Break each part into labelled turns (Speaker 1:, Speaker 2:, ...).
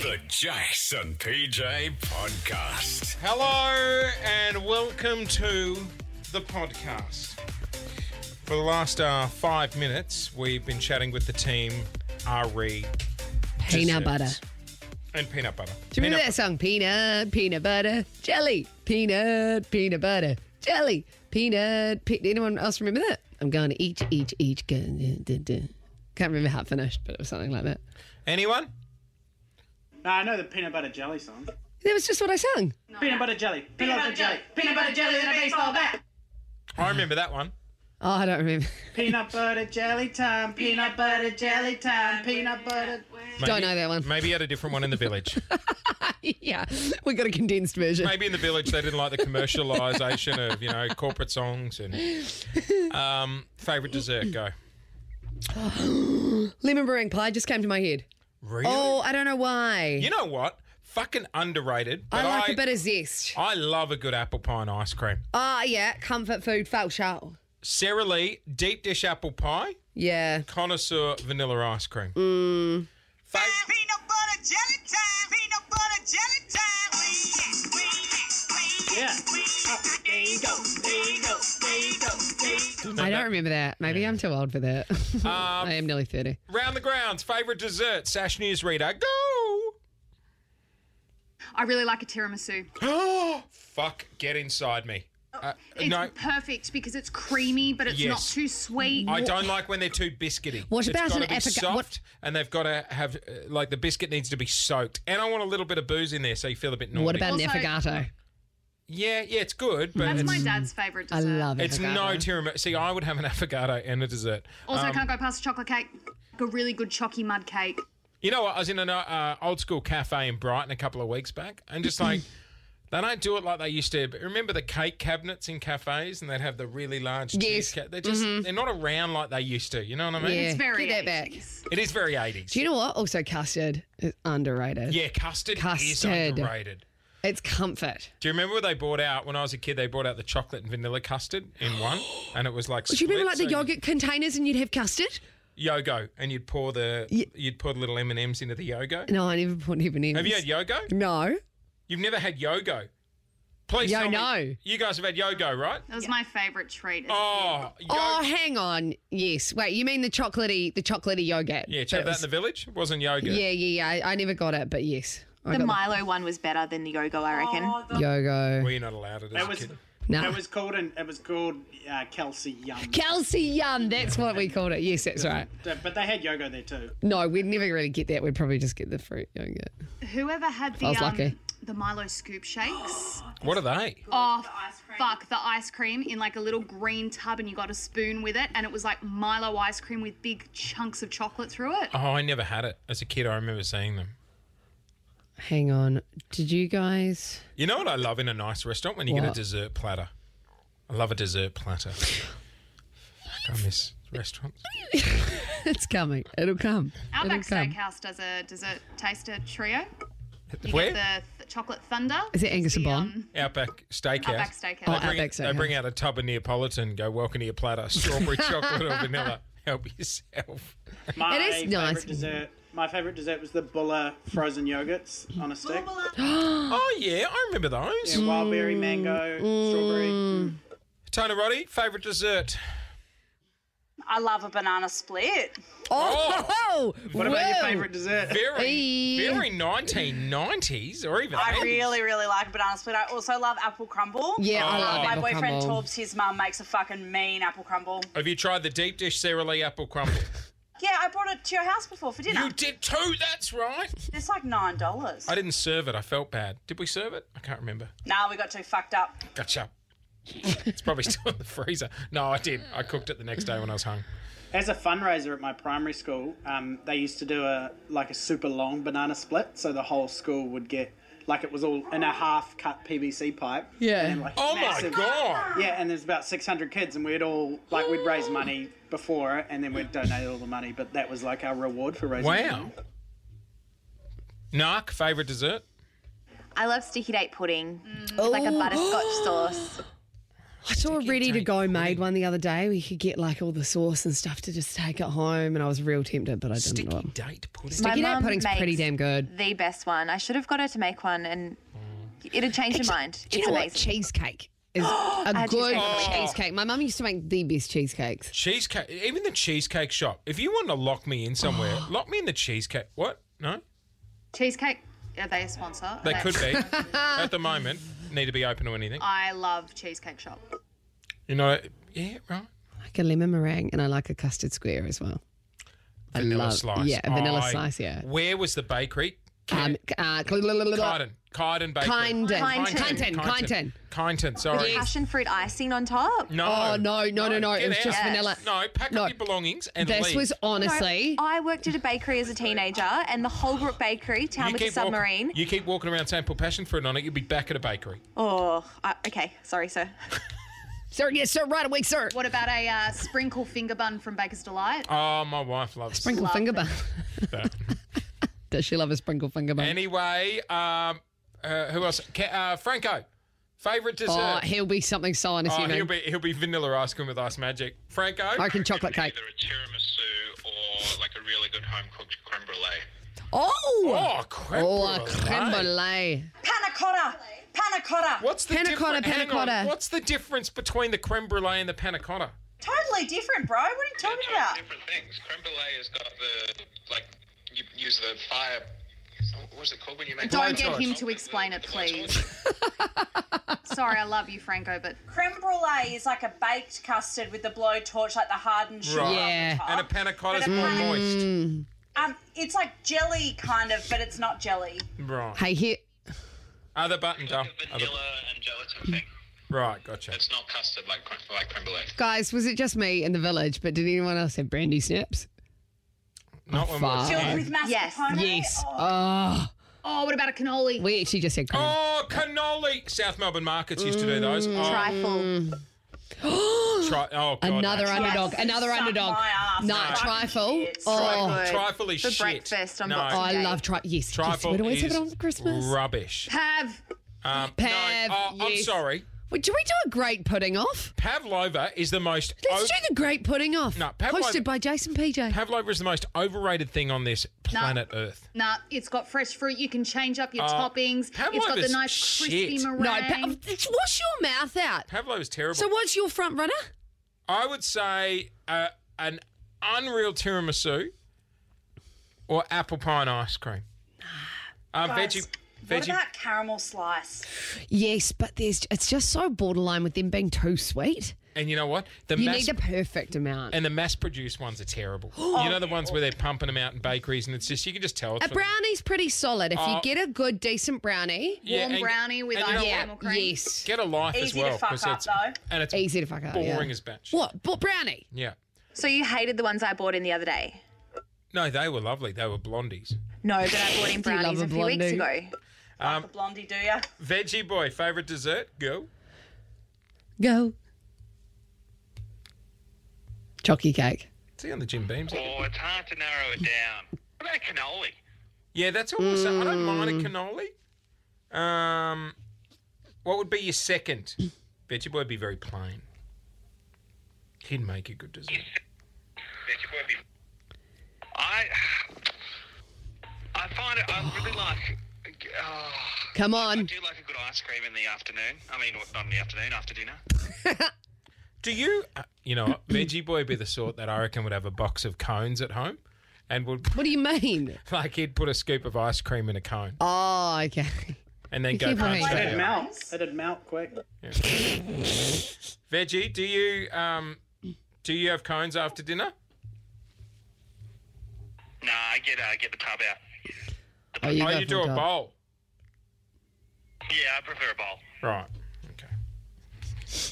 Speaker 1: The Jason PJ Podcast.
Speaker 2: Hello and welcome to the podcast. For the last uh, five minutes, we've been chatting with the team RE Desserts.
Speaker 3: Peanut butter.
Speaker 2: and Peanut Butter.
Speaker 3: Do you remember
Speaker 2: Peanut
Speaker 3: that song? Peanut, peanut butter, jelly, peanut, peanut butter, jelly, peanut. Pe- Anyone else remember that? I'm going to each, each, each. go- duh, duh, duh. Can't remember how it finished, but it was something like that.
Speaker 2: Bu- Anyone?
Speaker 4: No, I know the peanut butter jelly song.
Speaker 3: That was just what I sung.
Speaker 4: Peanut butter jelly. Peanut butter jelly. Peanut butter jelly in a baseball bat.
Speaker 2: I remember that one.
Speaker 3: Oh, I don't remember.
Speaker 4: Peanut butter jelly time. Peanut butter jelly time. Peanut butter.
Speaker 3: Don't know that one.
Speaker 2: Maybe you had a different one in the village.
Speaker 3: yeah, we got a condensed version.
Speaker 2: Maybe in the village they didn't like the commercialisation of you know corporate songs and um, favorite dessert. Go.
Speaker 3: Lemon meringue pie just came to my head.
Speaker 2: Really?
Speaker 3: Oh, I don't know why.
Speaker 2: You know what? Fucking underrated.
Speaker 3: I
Speaker 2: but
Speaker 3: like a bit of zest.
Speaker 2: I love a good apple pie and ice cream.
Speaker 3: Ah, yeah, comfort food, faux show.
Speaker 2: Sara Lee, deep dish apple pie.
Speaker 3: Yeah.
Speaker 2: connoisseur vanilla ice cream.
Speaker 5: Peanut butter jelly time. Peanut butter jelly time.
Speaker 4: Yeah. Up, there you go. There you go. There you go. There you go.
Speaker 3: I don't remember that. Maybe I'm too old for that.
Speaker 2: Um,
Speaker 3: I am nearly 30.
Speaker 2: Round the grounds, favourite dessert, Sash Newsreader, go!
Speaker 6: I really like a tiramisu.
Speaker 2: Fuck, get inside me. Uh,
Speaker 6: It's
Speaker 2: no,
Speaker 6: perfect because it's creamy, but it's not
Speaker 2: Yes.
Speaker 6: too sweet.
Speaker 2: I don't like when they're too biscuity.
Speaker 3: What
Speaker 2: It's
Speaker 3: about
Speaker 2: gotta
Speaker 3: an
Speaker 2: be
Speaker 3: apricot-
Speaker 2: soft,
Speaker 3: what-
Speaker 2: and they've got to have uh, like the biscuit needs to be soaked, and I want a little bit of booze in there so you feel a bit naughty.
Speaker 3: What about an
Speaker 6: Also-
Speaker 3: affogato?
Speaker 2: Yeah, yeah, it's good, but
Speaker 6: That's
Speaker 2: it's,
Speaker 6: my dad's favourite
Speaker 3: I
Speaker 6: dessert.
Speaker 3: love it.
Speaker 2: it's no tiramisu. See, I would have an affogato and a dessert. Um,
Speaker 6: Also, I can't go past a chocolate cake. Like a really good chocky mud cake.
Speaker 2: You know what? I was in an uh, old school cafe in Brighton a couple of weeks back, and just like they don't do it like they used to. But remember the cake cabinets in cafes, and they'd have the really large. cheese
Speaker 3: Yes. Mm-hmm.
Speaker 2: ca- they're just they're not around like they used to. You know what I mean?
Speaker 3: Yeah.
Speaker 6: It's very
Speaker 3: get that back.
Speaker 2: It is very eighties.
Speaker 3: Do you know what? Also, custard is underrated.
Speaker 2: yeah, custard, is
Speaker 3: Custard.
Speaker 2: underrated.
Speaker 3: It's comfort.
Speaker 2: Do you remember what they brought out when I was a kid? They brought out the chocolate and vanilla custard in one, and it was like.
Speaker 3: Do you remember like
Speaker 2: split,
Speaker 3: the
Speaker 2: so
Speaker 3: yogurt containers and you'd have custard?
Speaker 2: you- Yogo, and you'd pour the you'd pour the little M and M's into the yogo.
Speaker 3: No, I never put even in.
Speaker 2: Have you had yogo?
Speaker 3: No.
Speaker 2: You've never had yogo. Please
Speaker 3: Yo,
Speaker 2: tell me-
Speaker 3: no.
Speaker 2: You guys have had yogo, right?
Speaker 6: That was my favourite treat. as a
Speaker 2: Oh, yo-
Speaker 3: Oh, hang on. Yes. Wait, you mean the chocolatey, the chocolatey yogurt?
Speaker 2: yeah.
Speaker 3: But it
Speaker 2: Check that in
Speaker 3: was-
Speaker 2: the village. It wasn't yoga.
Speaker 3: Yeah, yeah, yeah. I, I never got it, but yes. I
Speaker 7: The
Speaker 3: got
Speaker 7: Milo one was better than Oh, the Yogo, I reckon.
Speaker 3: the yogo.
Speaker 2: Were you not allowed it as
Speaker 4: That
Speaker 2: a
Speaker 4: was-
Speaker 2: kid?
Speaker 3: No.
Speaker 4: It was called an. It was called uh, Kelsey Yum.
Speaker 3: Kelsey Yum, that's what we called it. Yes, that's right.
Speaker 4: But they had yoga there too.
Speaker 3: No, we'd never really get that. We'd probably just get the fruit yogurt.
Speaker 6: kid. Whoever had the
Speaker 3: I was lucky.
Speaker 6: um, the Milo scoop shakes.
Speaker 2: What are they?
Speaker 6: oh, fuck, the ice cream in like a little green tub, and you got a spoon with it, and it was like Milo ice cream with big chunks of chocolate through it.
Speaker 2: Oh, I never had it as a kid. I remember seeing them.
Speaker 3: Hang on. Did you guys?
Speaker 2: You know what I love in a nice restaurant when you get a
Speaker 3: What?
Speaker 2: dessert platter. I love a dessert platter. Fuck, I miss restaurants.
Speaker 3: It's coming. It'll come.
Speaker 6: Outback
Speaker 3: It'll come.
Speaker 6: Steakhouse does a dessert taster trio. You
Speaker 2: Where?
Speaker 6: get the th- chocolate thunder.
Speaker 3: Is it Angus and
Speaker 6: The,
Speaker 3: Bond?
Speaker 6: um,
Speaker 2: Outback Steakhouse.
Speaker 6: Outback Steakhouse.
Speaker 2: They
Speaker 6: Oh,
Speaker 2: bring,
Speaker 3: Outback
Speaker 2: They bring
Speaker 3: Steakhouse.
Speaker 2: out a tub of Neapolitan. Go welcome to your platter. Strawberry, chocolate, or vanilla. Help yourself.
Speaker 4: My
Speaker 3: It is nice.
Speaker 4: favorite dessert. My favorite dessert was the Bulla frozen yogurts on a stick.
Speaker 2: Oh yeah, I remember those.
Speaker 4: Yeah, wild berry, mango,
Speaker 3: Mm.
Speaker 4: strawberry.
Speaker 2: Tony Roddy, favourite dessert.
Speaker 7: I love a banana split.
Speaker 3: Oh,
Speaker 4: What about your favorite dessert?
Speaker 2: Very,
Speaker 3: Hey.
Speaker 2: very 1990s or even.
Speaker 7: I
Speaker 2: 80s.
Speaker 7: really, really like a banana split. I also love apple crumble.
Speaker 3: Yeah, I
Speaker 2: Oh.
Speaker 3: love
Speaker 7: My
Speaker 3: apple
Speaker 7: boyfriend
Speaker 3: crumble.
Speaker 7: Torbs, his mum, makes a fucking mean apple crumble.
Speaker 2: Have you tried the deep dish Sara Lee apple crumble?
Speaker 7: Yeah, I brought it to your house before for dinner.
Speaker 2: you did too. That's right.
Speaker 7: It's like nine dollars.
Speaker 2: I didn't serve it. I felt bad. Did we serve it? I can't remember.
Speaker 7: Nah, we got too fucked up.
Speaker 2: Gotcha. it's probably still in the freezer. No, I did. I cooked it the next day when I was hung.
Speaker 4: As a fundraiser at my primary school, um, they used to do a like a super long banana split, so the whole school would get like it was all in a half cut PVC pipe.
Speaker 3: Yeah.
Speaker 4: And then, like,
Speaker 2: Oh my
Speaker 4: massive-
Speaker 2: god!
Speaker 4: Yeah, and there's about 600 kids, and we'd all like we'd raise money before, it, and then we'd donate all the money. But that was like our reward for raising.
Speaker 2: Wow.
Speaker 4: money.
Speaker 2: Narc, favourite dessert?
Speaker 7: Mm.
Speaker 3: Oh.
Speaker 8: I love sticky date pudding. It's like a butterscotch sauce.
Speaker 3: I saw a ready to go made one the other day. We could get like all the sauce and stuff to just take it home, and I was real tempted, but I didn't.
Speaker 2: Sticky
Speaker 3: want-
Speaker 2: date pudding.
Speaker 3: Sticky date
Speaker 8: mum
Speaker 3: pudding's
Speaker 8: makes
Speaker 3: pretty damn good.
Speaker 8: The best one. I should have got her to make one, and it had changed her mind.
Speaker 3: Mm. Do you
Speaker 8: It's
Speaker 3: know what?
Speaker 8: amazing.
Speaker 3: Cheesecake is a
Speaker 8: cheesecake
Speaker 3: good
Speaker 8: on
Speaker 3: cheesecake.
Speaker 8: the
Speaker 3: My mum used to make the best cheesecakes.
Speaker 2: Cheesecake, even the cheesecake shop. If you want to lock me in somewhere, lock me in the cheesecake. What? No,
Speaker 6: Cheesecake, are they a sponsor? Are
Speaker 2: they could be. At the moment, need to be open to anything.
Speaker 6: I love Cheesecake Shop.
Speaker 2: You know, yeah, right.
Speaker 3: I like a lemon meringue, and I like a custard square as well. I
Speaker 2: Vanilla
Speaker 3: love-
Speaker 2: slice.
Speaker 3: Yeah, a vanilla
Speaker 2: I-
Speaker 3: slice. Yeah.
Speaker 2: Where was the bakery?
Speaker 3: Um, uh,
Speaker 2: Kyden. Kyden Bakery.
Speaker 3: Kyndon.
Speaker 8: Kyndon.
Speaker 2: Kyndon.
Speaker 3: Kyndon.
Speaker 2: Kyndon, Sorry.
Speaker 8: Passion fruit icing on top.
Speaker 2: No.
Speaker 3: Oh no, no, no, no!
Speaker 2: Get
Speaker 3: It was
Speaker 2: out.
Speaker 3: just
Speaker 8: Yes.
Speaker 3: vanilla.
Speaker 2: No, pack
Speaker 3: No.
Speaker 2: up your belongings and
Speaker 3: This
Speaker 2: leave.
Speaker 3: was honestly.
Speaker 8: I worked at a bakery as a teenager, and the Holbrook Bakery, town with a
Speaker 2: keep walking-
Speaker 8: submarine.
Speaker 2: you keep walking around saying put passion fruit on it, you'll be back at a bakery.
Speaker 8: Oh, I, okay. Sorry, sir.
Speaker 3: sir, yes, sir, right away, sir.
Speaker 6: What about a uh, sprinkle finger bun from Baker's Delight?
Speaker 2: Oh, my wife loves
Speaker 3: Sprinkle
Speaker 6: Love
Speaker 3: finger
Speaker 6: them.
Speaker 3: bun.
Speaker 2: that.
Speaker 3: Does she love a sprinkle finger bun?
Speaker 2: anyway, um, uh, who else? Ca- uh, Franco, favourite dessert.
Speaker 3: oh, he'll be something so
Speaker 2: Oh,
Speaker 3: unassuming.
Speaker 2: he'll be he'll be vanilla ice cream with ice magic. Franco,
Speaker 3: I reckon chocolate cake.
Speaker 9: Either a tiramisu or like a really good home cooked creme brulee.
Speaker 3: Oh,
Speaker 2: oh, creme
Speaker 3: oh, a
Speaker 2: brulee.
Speaker 3: creme brulee.
Speaker 7: Panna cotta. Panna cotta.
Speaker 2: What's the
Speaker 3: Panna cotta,
Speaker 2: difference?
Speaker 3: panna
Speaker 2: hang on,
Speaker 3: cotta.
Speaker 2: What's the difference between the creme brulee and the panna cotta?
Speaker 7: Totally different, bro. What are you
Speaker 6: Oh,
Speaker 7: talking
Speaker 9: Two
Speaker 7: about?
Speaker 9: different things. Creme brulee has got the like you use the fire. What's it called when you make?
Speaker 6: Don't
Speaker 9: fire
Speaker 6: get
Speaker 9: torch?
Speaker 6: him to explain it, please. Sorry, I love you, Franco, but
Speaker 7: Creme brulee is like a baked custard with the blowtorch, like the hardened sugar.
Speaker 2: Right.
Speaker 3: Yeah.
Speaker 7: on
Speaker 2: And a
Speaker 7: the top.
Speaker 2: panna cotta's
Speaker 7: But a
Speaker 2: more
Speaker 7: panna-
Speaker 3: Mm.
Speaker 2: moist.
Speaker 7: Um, it's like jelly kind of, but it's not jelly.
Speaker 2: Right.
Speaker 3: Hey, here.
Speaker 2: Other button, duh. Other,
Speaker 9: Vanilla and gelatin thing.
Speaker 2: right, gotcha.
Speaker 9: It's not custard like creme- like creme brulee.
Speaker 3: Guys, was it just me in the village, but did anyone else have brandy snaps?
Speaker 2: Not when we're
Speaker 3: fuck.
Speaker 7: Filled
Speaker 3: Oh.
Speaker 7: with mascarpone.
Speaker 6: Yes.
Speaker 3: Yes.
Speaker 7: Oh,
Speaker 3: Oh,
Speaker 6: oh, what about a cannoli?
Speaker 3: we actually just had cream.
Speaker 2: Oh, cannoli! South Melbourne markets used to do those.
Speaker 3: Mm.
Speaker 2: Oh,
Speaker 8: Trifle.
Speaker 2: tri- oh God,
Speaker 3: another
Speaker 2: no.
Speaker 3: underdog.
Speaker 7: Yes,
Speaker 3: Another
Speaker 7: suck
Speaker 3: underdog.
Speaker 7: my ass.
Speaker 3: No,
Speaker 7: Fucking
Speaker 3: trifle.
Speaker 7: shit.
Speaker 3: Oh,
Speaker 8: Good.
Speaker 2: Trifle is
Speaker 8: For
Speaker 2: shit.
Speaker 8: breakfast on
Speaker 2: No.
Speaker 8: Boxing
Speaker 3: oh, I
Speaker 8: Day.
Speaker 3: love tri Yes,
Speaker 2: Trifle
Speaker 3: yes. We'd always
Speaker 2: is
Speaker 3: have it on for Christmas.
Speaker 2: rubbish.
Speaker 6: Have
Speaker 2: Um,
Speaker 3: Pav,
Speaker 2: no, oh, I'm
Speaker 3: yes.
Speaker 2: sorry.
Speaker 3: Wait, do we do a great pudding off?
Speaker 2: Pavlova is the most.
Speaker 3: Let's
Speaker 2: o-
Speaker 3: do the great pudding off.
Speaker 2: Oh. No, Pablo-
Speaker 3: hosted by Jason PJ.
Speaker 2: Pavlova is the most overrated thing on this planet Earth.
Speaker 6: Nah, it's got fresh fruit. You can change up your
Speaker 2: Uh,
Speaker 6: toppings. It's got the
Speaker 2: pavlova's
Speaker 6: nice
Speaker 2: shit.
Speaker 6: crispy
Speaker 2: No,
Speaker 6: meringue.
Speaker 3: no, pa- it's- wash your mouth out.
Speaker 2: Pavlova is terrible.
Speaker 3: So, what's your front runner?
Speaker 2: I would say uh, an unreal tiramisu or apple pie and ice cream. Uh,
Speaker 7: guys,
Speaker 2: veggie,
Speaker 7: What
Speaker 2: veggie.
Speaker 7: about caramel slice?
Speaker 3: Yes, but there's it's just so borderline with them being too sweet.
Speaker 2: And you know what? The
Speaker 3: You
Speaker 2: mass
Speaker 3: need the perfect amount.
Speaker 2: and the mass-produced ones are terrible. you know the ones where they're pumping them out in bakeries, and it's just you can just tell. It's
Speaker 3: a
Speaker 2: for-
Speaker 3: brownie's pretty solid. If
Speaker 2: Oh.
Speaker 3: you get a good, decent brownie,
Speaker 2: Yeah,
Speaker 6: Warm
Speaker 2: and-
Speaker 6: brownie with
Speaker 2: and you
Speaker 6: ice
Speaker 2: know
Speaker 6: cream
Speaker 2: what?
Speaker 6: or cream.
Speaker 3: yes,
Speaker 2: Get a life as
Speaker 7: Easy to
Speaker 2: well,
Speaker 7: fuck
Speaker 2: 'cause
Speaker 7: up,
Speaker 2: it's
Speaker 7: though.
Speaker 2: and it's
Speaker 3: easy to fuck up. yeah.
Speaker 2: boring as batch.
Speaker 3: What? But brownie?
Speaker 2: Yeah.
Speaker 8: So you hated the ones I bought in the other day.
Speaker 2: No, they were lovely. They were blondies.
Speaker 8: No, but I bought in
Speaker 3: Do you love
Speaker 8: brownies
Speaker 3: a
Speaker 8: a few weeks ago.
Speaker 3: blondie?
Speaker 7: Like a blondie, do ya?
Speaker 2: Veggie boy, favorite dessert? Go.
Speaker 3: Go. Chocky cake.
Speaker 2: See on the Jim Beams.
Speaker 9: Oh, it's hard to narrow it down. What about cannoli?
Speaker 2: Yeah, that's all. I'm saying. I don't mind
Speaker 3: Hmm.
Speaker 2: a cannoli. Um, what would be your second? Veggie boy would be very plain. He'd make a good dessert.
Speaker 9: Veggie boy be- I I find it. I really like. Oh,
Speaker 3: Come
Speaker 9: I
Speaker 3: on.
Speaker 9: do like a good ice cream in the afternoon. I mean, not in the afternoon, after dinner.
Speaker 2: Do you? Uh, you know, what? veggie boy would be the sort that I reckon would have a box of cones at home, and would
Speaker 3: What do you mean?
Speaker 2: like he'd put a scoop of ice cream in a cone
Speaker 3: Oh, okay.
Speaker 2: and then go
Speaker 3: keep
Speaker 2: punch
Speaker 3: right.
Speaker 2: that
Speaker 4: It'd
Speaker 2: out.
Speaker 4: melt. It'd melt quick.
Speaker 2: Veggie, do you um, do you have cones after dinner?
Speaker 9: Nah, I get uh, get the tub out.
Speaker 3: Oh, you,
Speaker 2: oh,
Speaker 3: go
Speaker 2: you
Speaker 3: for
Speaker 2: do
Speaker 3: the
Speaker 2: a
Speaker 3: dog.
Speaker 2: bowl.
Speaker 9: Yeah, I prefer a bowl.
Speaker 2: Right. Okay.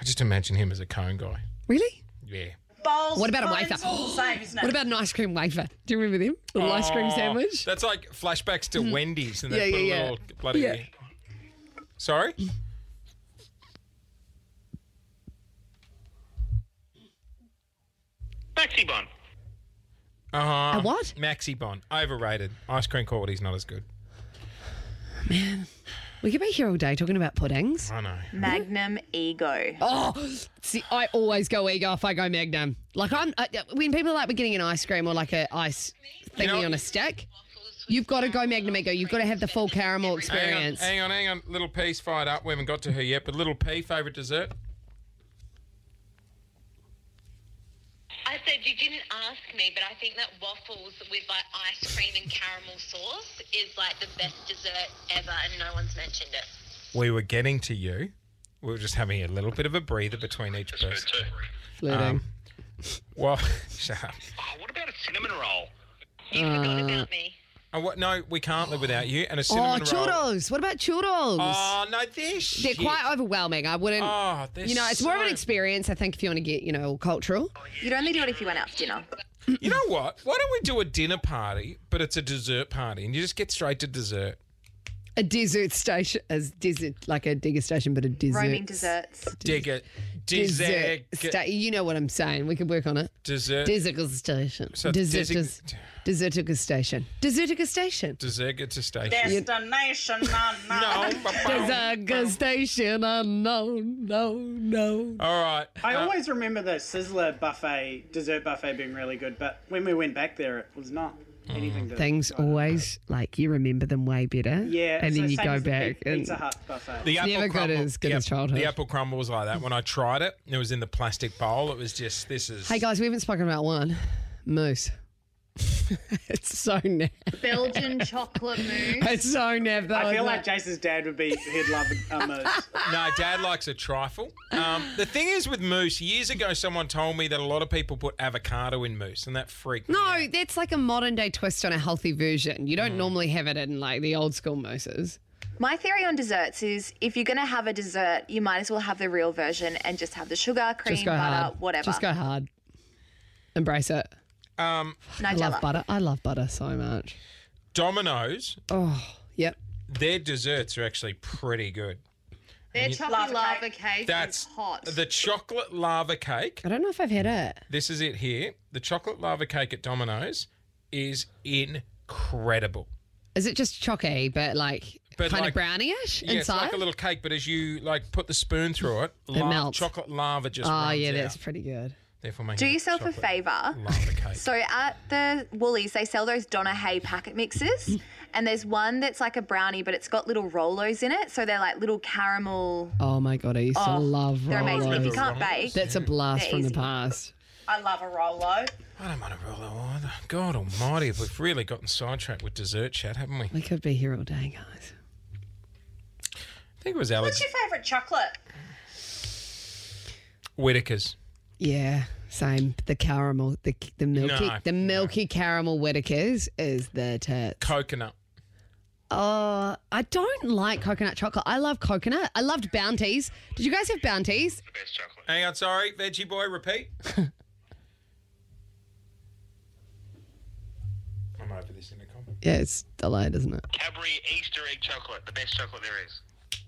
Speaker 2: I just imagine him as a cone guy.
Speaker 3: Really?
Speaker 2: Yeah.
Speaker 7: Bowls.
Speaker 3: What about a
Speaker 7: cones,
Speaker 3: wafer?
Speaker 7: all the same, isn't it?
Speaker 3: What about an ice cream wafer? Do you remember them? Little ice cream
Speaker 2: Oh,
Speaker 3: sandwich.
Speaker 2: That's like flashbacks to Wendy's and they
Speaker 3: Yeah,
Speaker 2: put
Speaker 3: yeah,
Speaker 2: a
Speaker 3: yeah.
Speaker 2: little bloody.
Speaker 3: Yeah.
Speaker 2: Sorry.
Speaker 9: Maxi bun.
Speaker 2: Uh,
Speaker 3: A what?
Speaker 2: Maxi Bon. Overrated. Ice cream quality's not as good.
Speaker 3: We could be here all day talking about puddings.
Speaker 2: I know.
Speaker 8: Magnum ego.
Speaker 3: Oh, see, I always go ego if I go Magnum. Like I'm I, when people are like we're getting an ice cream or like a ice thingy
Speaker 2: know-
Speaker 3: on a stack. You've got to go Magnum Ego. You've got to have the full caramel
Speaker 2: Hang on,
Speaker 3: experience.
Speaker 2: hang on, hang on. Little P's fired up. We haven't got to her yet, but Little P, favourite dessert?
Speaker 10: I said you didn't ask me, but I think that waffles with like ice cream and caramel sauce is like the best dessert ever, and no one's mentioned it.
Speaker 2: We were getting to you. We were just having a little bit of a breather between each person.
Speaker 9: Two.
Speaker 3: Flirting.
Speaker 2: Um, Well, shut up.
Speaker 9: Oh, what about a cinnamon roll?
Speaker 10: You forgot about me.
Speaker 2: And Uh, what, no, we can't live without you. And a
Speaker 3: oh,
Speaker 2: cinnamon roll.
Speaker 3: churros. What about churros?
Speaker 2: Oh, no, this.
Speaker 3: They're quite overwhelming. I wouldn't.
Speaker 2: Oh, they're
Speaker 3: you know, it's more of an
Speaker 2: so-
Speaker 3: experience. I think if you want to get you know cultural.
Speaker 8: You'd only do it if you went out for dinner.
Speaker 2: You know what? Why don't we do a dinner party, but it's a dessert party, and you just get straight to dessert.
Speaker 3: A dessert station, as dessert like a digger station, but a dessert.
Speaker 8: Roaming desserts.
Speaker 2: Digger,
Speaker 3: Dessert.
Speaker 2: dessert,
Speaker 3: sta- you know what I'm saying. We could work on it.
Speaker 2: dessert,
Speaker 3: Desertica station.
Speaker 2: So
Speaker 3: Desertus-
Speaker 2: desig-
Speaker 3: Desertica station. Desertica station.
Speaker 2: dessert to station. Oh,
Speaker 7: Destination unknown.
Speaker 2: No, ba-boom.
Speaker 3: Desertica station. Unknown. No, no.
Speaker 2: all right.
Speaker 4: I
Speaker 2: Uh,
Speaker 4: always remember the Sizzler buffet, dessert buffet being really good, but when we went back there, it was not anything good.
Speaker 3: Things always like you remember them way better.
Speaker 4: yeah,
Speaker 3: and
Speaker 4: so
Speaker 3: then you
Speaker 4: same
Speaker 3: go
Speaker 4: as the
Speaker 3: back
Speaker 4: Pi-
Speaker 3: and
Speaker 4: Pizza Hut buffet.
Speaker 2: The apple
Speaker 3: never good
Speaker 2: crumble,
Speaker 3: as good
Speaker 2: the
Speaker 3: as
Speaker 2: app-
Speaker 3: childhood.
Speaker 2: The apple crumble was like that. When I tried it, it was in the plastic bowl. It was just this is.
Speaker 3: Hey guys, we haven't spoken about one. Moose. it's so nap.
Speaker 6: Belgian chocolate mousse.
Speaker 3: It's so nap though.
Speaker 4: I feel
Speaker 3: isn't
Speaker 4: like
Speaker 3: it?
Speaker 4: Jace's dad would be, he'd love a moose.
Speaker 2: No, Dad likes a trifle. Um, the thing is with mousse, years ago, someone told me that a lot of people put avocado in mousse, and that freaked me.
Speaker 3: No, that's like a modern day twist on a healthy version. You don't normally have it in like the old school mooses.
Speaker 8: My theory on desserts is if you're going to have a dessert, you might as well have the real version and just have the sugar, cream,
Speaker 3: Just go
Speaker 8: butter,
Speaker 3: hard.
Speaker 8: whatever.
Speaker 3: Just go hard. Embrace it.
Speaker 2: Um,
Speaker 8: No
Speaker 3: I love butter. I love butter so much.
Speaker 2: Domino's,
Speaker 3: Oh, yep.
Speaker 2: their desserts are actually pretty good.
Speaker 6: Their chocolate
Speaker 7: Lava
Speaker 6: lava
Speaker 7: cake.
Speaker 6: cake
Speaker 2: That's
Speaker 6: is hot.
Speaker 2: The chocolate lava cake.
Speaker 3: I don't know if I've had it.
Speaker 2: This is it here. The chocolate lava cake at Domino's is incredible.
Speaker 3: Is it just chocky, but like
Speaker 2: But
Speaker 3: kind
Speaker 2: like-
Speaker 3: of brownish
Speaker 2: Yeah, it's
Speaker 3: inside?
Speaker 2: like a little cake, but as you like put the spoon through it, la-
Speaker 3: melts.
Speaker 2: chocolate lava just.
Speaker 3: oh,
Speaker 2: runs
Speaker 3: yeah,
Speaker 2: out.
Speaker 3: that's pretty good.
Speaker 2: Therefore, making
Speaker 8: Do
Speaker 2: it
Speaker 8: yourself a
Speaker 2: chocolate
Speaker 8: favour.
Speaker 2: Lava cake.
Speaker 8: So at the Woolies, they sell those Donna Hay packet mixes, and there's one that's like a brownie, but it's got little Rolos in it, so they're like little caramel.
Speaker 3: Oh my god, I used to love
Speaker 8: They're amazing. If you
Speaker 3: Rolos.
Speaker 8: can't bake,
Speaker 3: That's a blast
Speaker 8: They're
Speaker 3: from the
Speaker 8: easy.
Speaker 3: past.
Speaker 7: I love a Rolo.
Speaker 2: I don't want to roll that either. God Almighty, we've really gotten sidetracked with dessert chat, haven't we? I
Speaker 3: We could be here all day, guys.
Speaker 2: think it was Alex
Speaker 7: What's your favourite chocolate?
Speaker 2: Whitaker's.
Speaker 3: Yeah, same. The caramel, the the milky,
Speaker 2: No,
Speaker 3: the milky caramel Whitakers is the tits.
Speaker 2: coconut.
Speaker 3: Oh, I don't like coconut chocolate. I love coconut. I loved bounties. Did you guys have bounties?
Speaker 9: The best chocolate.
Speaker 2: Hang on, sorry, veggie boy, repeat. I'm over this in a comment.
Speaker 3: Yeah, it's delayed, isn't it?
Speaker 9: Cadbury Easter egg chocolate. The best chocolate there is.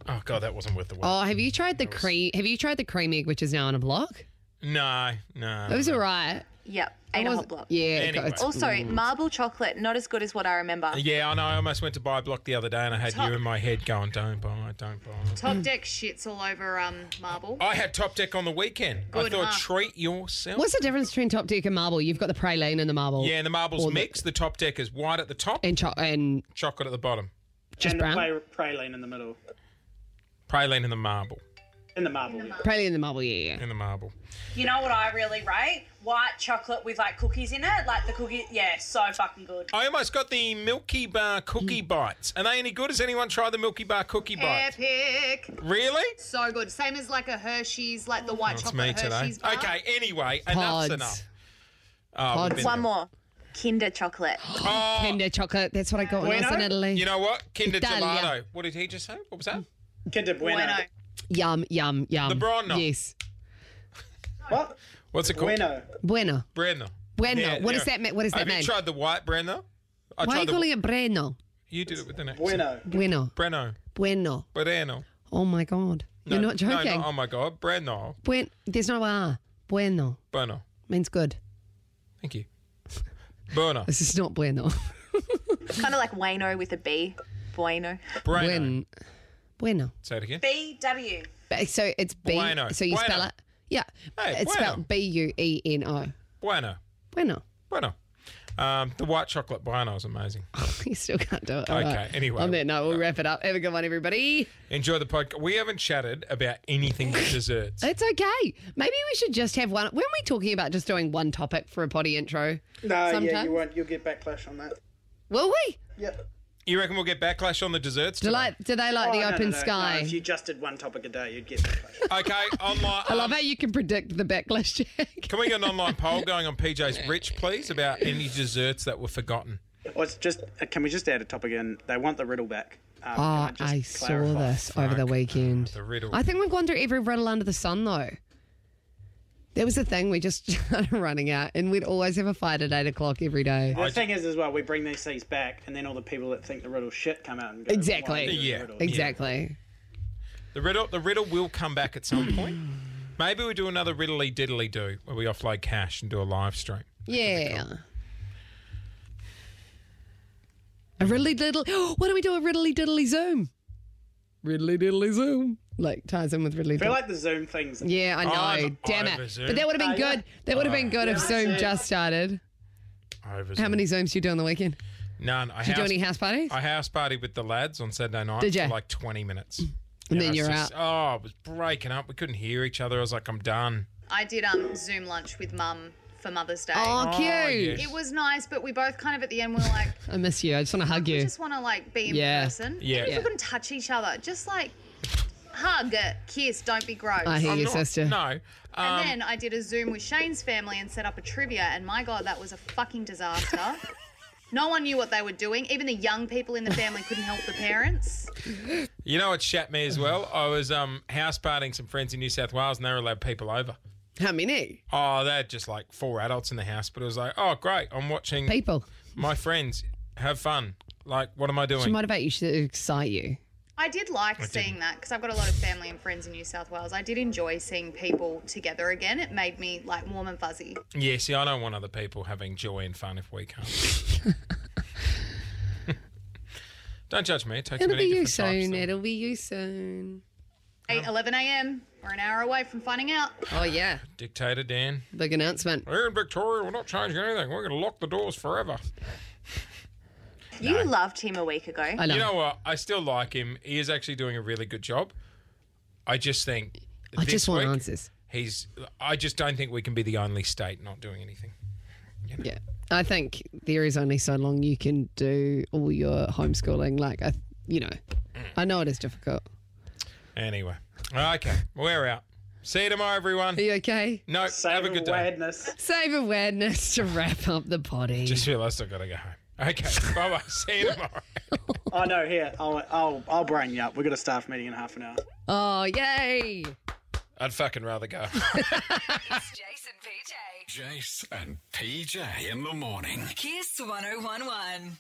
Speaker 2: Oh God, that wasn't worth the wait.
Speaker 3: Oh, have you tried the cream? Have you tried the cream egg, which is now on a block?
Speaker 2: No, no.
Speaker 3: It was alright.
Speaker 8: yep, ate a
Speaker 3: Was-
Speaker 8: hot block.
Speaker 3: Yeah. it got-
Speaker 2: Anyway.
Speaker 3: it's-
Speaker 8: Also,
Speaker 6: Mm.
Speaker 8: marble chocolate, not as good as what I remember.
Speaker 2: Yeah, I know. I almost went to buy a block the other day, and I had you in my head going, "Don't buy, it, don't buy." it."
Speaker 6: Top deck shits all over um, marble.
Speaker 2: I had top deck on the weekend. I
Speaker 6: Good,
Speaker 2: thought,
Speaker 6: huh?
Speaker 2: treat yourself.
Speaker 3: What's the difference between top deck and marble? You've got the praline and the marble.
Speaker 2: yeah, and the marbles
Speaker 3: Or the-
Speaker 2: mix. The top deck is white at the top,
Speaker 3: And, cho- and
Speaker 2: chocolate at the bottom.
Speaker 3: just
Speaker 4: and
Speaker 3: brown.
Speaker 4: the pra- praline in the middle.
Speaker 2: Praline in the marble.
Speaker 4: In the marble. yeah.
Speaker 3: praline and the marble. Yeah, yeah.
Speaker 2: In the marble.
Speaker 7: You know what I really rate? White chocolate with like cookies in it. Like the cookie, yeah, so fucking good.
Speaker 2: I almost got the Milky Bar
Speaker 3: Mm.
Speaker 2: cookie bites. Are they any good? Has anyone tried the Milky Bar cookie bites?
Speaker 6: Epic.
Speaker 2: Really?
Speaker 6: So good. Same as like a Hershey's, like the white
Speaker 2: That's
Speaker 6: chocolate
Speaker 2: me today.
Speaker 6: Hershey's bar.
Speaker 2: Okay. Anyway,
Speaker 3: Pods.
Speaker 2: enough's enough. Oh, we've been-
Speaker 8: One more, Kinder chocolate.
Speaker 2: Oh,
Speaker 3: Kinder chocolate. That's what I got when I was in
Speaker 4: Bueno?
Speaker 3: Italy.
Speaker 2: you know what? Kinder
Speaker 3: Italia.
Speaker 2: Gelato. What did he just say? What was that?
Speaker 4: Kinder Bueno.
Speaker 6: Bueno.
Speaker 3: Yum, yum, yum.
Speaker 2: The Bronno.
Speaker 3: Yes.
Speaker 4: What?
Speaker 2: What's it called?
Speaker 4: Bueno.
Speaker 3: Bueno.
Speaker 2: Breno.
Speaker 3: Bueno.
Speaker 2: Yeah,
Speaker 3: what does
Speaker 2: yeah.
Speaker 3: that mean? What does that
Speaker 2: Have
Speaker 3: mean?
Speaker 2: you tried the white Breno? I
Speaker 3: Why are you
Speaker 2: tried the.
Speaker 3: calling it Breno?
Speaker 2: You did it with an accent.
Speaker 4: Bueno.
Speaker 3: Bueno.
Speaker 2: Breno.
Speaker 3: Bueno.
Speaker 2: Breno.
Speaker 3: Oh my God. You're not joking.
Speaker 2: No, no, oh my God. Breno.
Speaker 3: Buen- There's no R. Bueno
Speaker 2: Breno.
Speaker 3: means good.
Speaker 2: Thank you. Burner.
Speaker 3: This is not bueno.
Speaker 8: It's kind of like Wayno with a B. Bueno.
Speaker 2: Breno.
Speaker 3: Buen. Bueno.
Speaker 2: Say it again.
Speaker 7: B W.
Speaker 3: But- So it's B.
Speaker 2: Bueno.
Speaker 3: So you spell
Speaker 2: Bueno.
Speaker 3: it. Yeah.
Speaker 2: Hey,
Speaker 3: it's
Speaker 2: bueno.
Speaker 3: spelled B U E N O.
Speaker 2: Bueno.
Speaker 3: Bueno.
Speaker 2: Bueno. Um, the white chocolate bueno is amazing.
Speaker 3: You still can't do it.
Speaker 2: Okay, anyway.
Speaker 3: On that note, we'll wrap it up. Have a good one, everybody.
Speaker 2: Enjoy the podcast. We haven't chatted about anything but desserts.
Speaker 3: It's okay. Maybe we should just have one. Weren't we talking about just doing one topic for a potty intro?
Speaker 4: No, yeah,
Speaker 3: sometime?
Speaker 4: you won't. You'll get backlash on that.
Speaker 3: Will we?
Speaker 4: Yep.
Speaker 2: You reckon we'll get backlash on the desserts?
Speaker 3: Do, like, do they like
Speaker 4: Oh,
Speaker 3: the
Speaker 4: no, no,
Speaker 3: open
Speaker 4: no, no.
Speaker 3: sky?
Speaker 4: If you just did one topic a day, you'd get backlash.
Speaker 2: okay, online. um,
Speaker 3: I love how you can predict the backlash.
Speaker 2: Can we get an online poll going on PJ's Rich, please, about any desserts that were forgotten?
Speaker 4: Or it's just, uh, can we just add a topic in? They want the riddle back. Um, can
Speaker 3: oh,
Speaker 4: just
Speaker 3: I saw
Speaker 4: clarify?
Speaker 3: this over the weekend.
Speaker 2: The riddle.
Speaker 3: I think we've gone through every riddle under the sun, though. There was a thing we just started running out, and we'd always have a fight at eight o'clock every day.
Speaker 4: The thing is, as well, we bring these things back, and then all the people that think the riddle shit come out and go,
Speaker 3: Exactly.
Speaker 4: "Why is it a
Speaker 2: Yeah.
Speaker 4: riddle?"
Speaker 3: Exactly.
Speaker 2: The riddle, the riddle will come back at some point. Maybe we do another riddly diddly do where we offload cash and do a live stream.
Speaker 3: Yeah. A riddly diddly. why don't we do a riddly diddly zoom? Riddly diddly zoom. Like ties in with riddly.
Speaker 4: I feel
Speaker 3: diddly.
Speaker 4: like the Zoom things.
Speaker 3: yeah,
Speaker 2: Oh,
Speaker 3: I know.
Speaker 2: I'm
Speaker 3: Damn
Speaker 2: over
Speaker 3: it.
Speaker 2: Zoom.
Speaker 3: But that would have been
Speaker 4: Oh, yeah.
Speaker 3: good. That would have been good if Zoom just started.
Speaker 2: Over
Speaker 3: How many zooms do you do on the weekend?
Speaker 2: None. I
Speaker 3: Did you do
Speaker 2: house-
Speaker 3: any house parties?
Speaker 2: I house party with the lads on Saturday night
Speaker 3: Did ya?
Speaker 2: for like 20 minutes. I
Speaker 3: And then
Speaker 2: was
Speaker 3: you're
Speaker 2: just-
Speaker 3: out.
Speaker 2: Oh, it was breaking up. We couldn't hear each other. I was like, I'm done.
Speaker 6: I did um Zoom lunch with mum for Mother's Day.
Speaker 3: Oh, cute.
Speaker 2: yes.
Speaker 6: It was nice, but we both kind of at the end we were like,
Speaker 3: I miss you. I just want to hug
Speaker 6: we
Speaker 3: you.
Speaker 6: just want to like be in
Speaker 3: Yeah.
Speaker 6: person.
Speaker 2: Yeah.
Speaker 6: Even if
Speaker 2: Yeah.
Speaker 6: we couldn't touch each other, just like hug, kiss, don't be gross.
Speaker 3: I hear
Speaker 2: I'm
Speaker 3: you,
Speaker 2: not-
Speaker 3: sister.
Speaker 2: No. Um,
Speaker 6: and then I did a Zoom with Shane's family and set up a trivia, and my God, that was a fucking disaster. no one knew what they were doing. Even the young people in the family couldn't help the parents.
Speaker 2: You know what shat me as well? I was um, house partying some friends in New South Wales and they were allowed people over.
Speaker 3: How many
Speaker 2: Oh, they had just like four adults in the house, but it was like, oh, great. I'm watching
Speaker 3: people?
Speaker 2: my friends have fun. Like, what am I doing?
Speaker 3: Should motivate you. Should excite you.
Speaker 6: I did like seeing that because I've got a lot of family and friends in New South Wales. I did enjoy seeing people together again. It made me like warm and fuzzy.
Speaker 2: Yeah, see, I don't want other people having joy and fun if we can't. don't judge me. It takes
Speaker 3: It'll be
Speaker 2: many
Speaker 3: you
Speaker 2: different types,
Speaker 3: soon.
Speaker 2: though.
Speaker 3: It'll be you soon.
Speaker 6: Eight, 11 a.m. We're an hour away from finding out.
Speaker 3: Oh yeah,
Speaker 2: Dictator Dan.
Speaker 3: big announcement.
Speaker 2: Here in Victoria, we're not changing anything. We're going to lock the doors forever.
Speaker 8: You loved him a week ago.
Speaker 3: I know.
Speaker 2: You know what? I still like him. He is actually doing a really good job. I just think.
Speaker 3: I
Speaker 2: this
Speaker 3: just want
Speaker 2: week,
Speaker 3: answers.
Speaker 2: He's. I just don't think we can be the only state not doing anything.
Speaker 3: Yeah. I think there is only so long you can do all your homeschooling. Like, I, you know,
Speaker 2: Mm.
Speaker 3: I know it is difficult.
Speaker 2: Anyway. Okay. We're out. See you tomorrow, everyone.
Speaker 3: Are you okay?
Speaker 2: No, have a
Speaker 4: Save
Speaker 2: good day.
Speaker 4: awareness.
Speaker 3: Save awareness to wrap up the potty.
Speaker 2: Just realised I gotta go home. Okay, bye bye. See you tomorrow.
Speaker 4: Oh no, here I'll I'll I'll brain you up. We've got a staff meeting in half an hour.
Speaker 3: oh, yay.
Speaker 2: I'd fucking rather go.
Speaker 11: It's Jason PJ.
Speaker 1: Jace and PJ in the morning.
Speaker 11: Kiss 1011.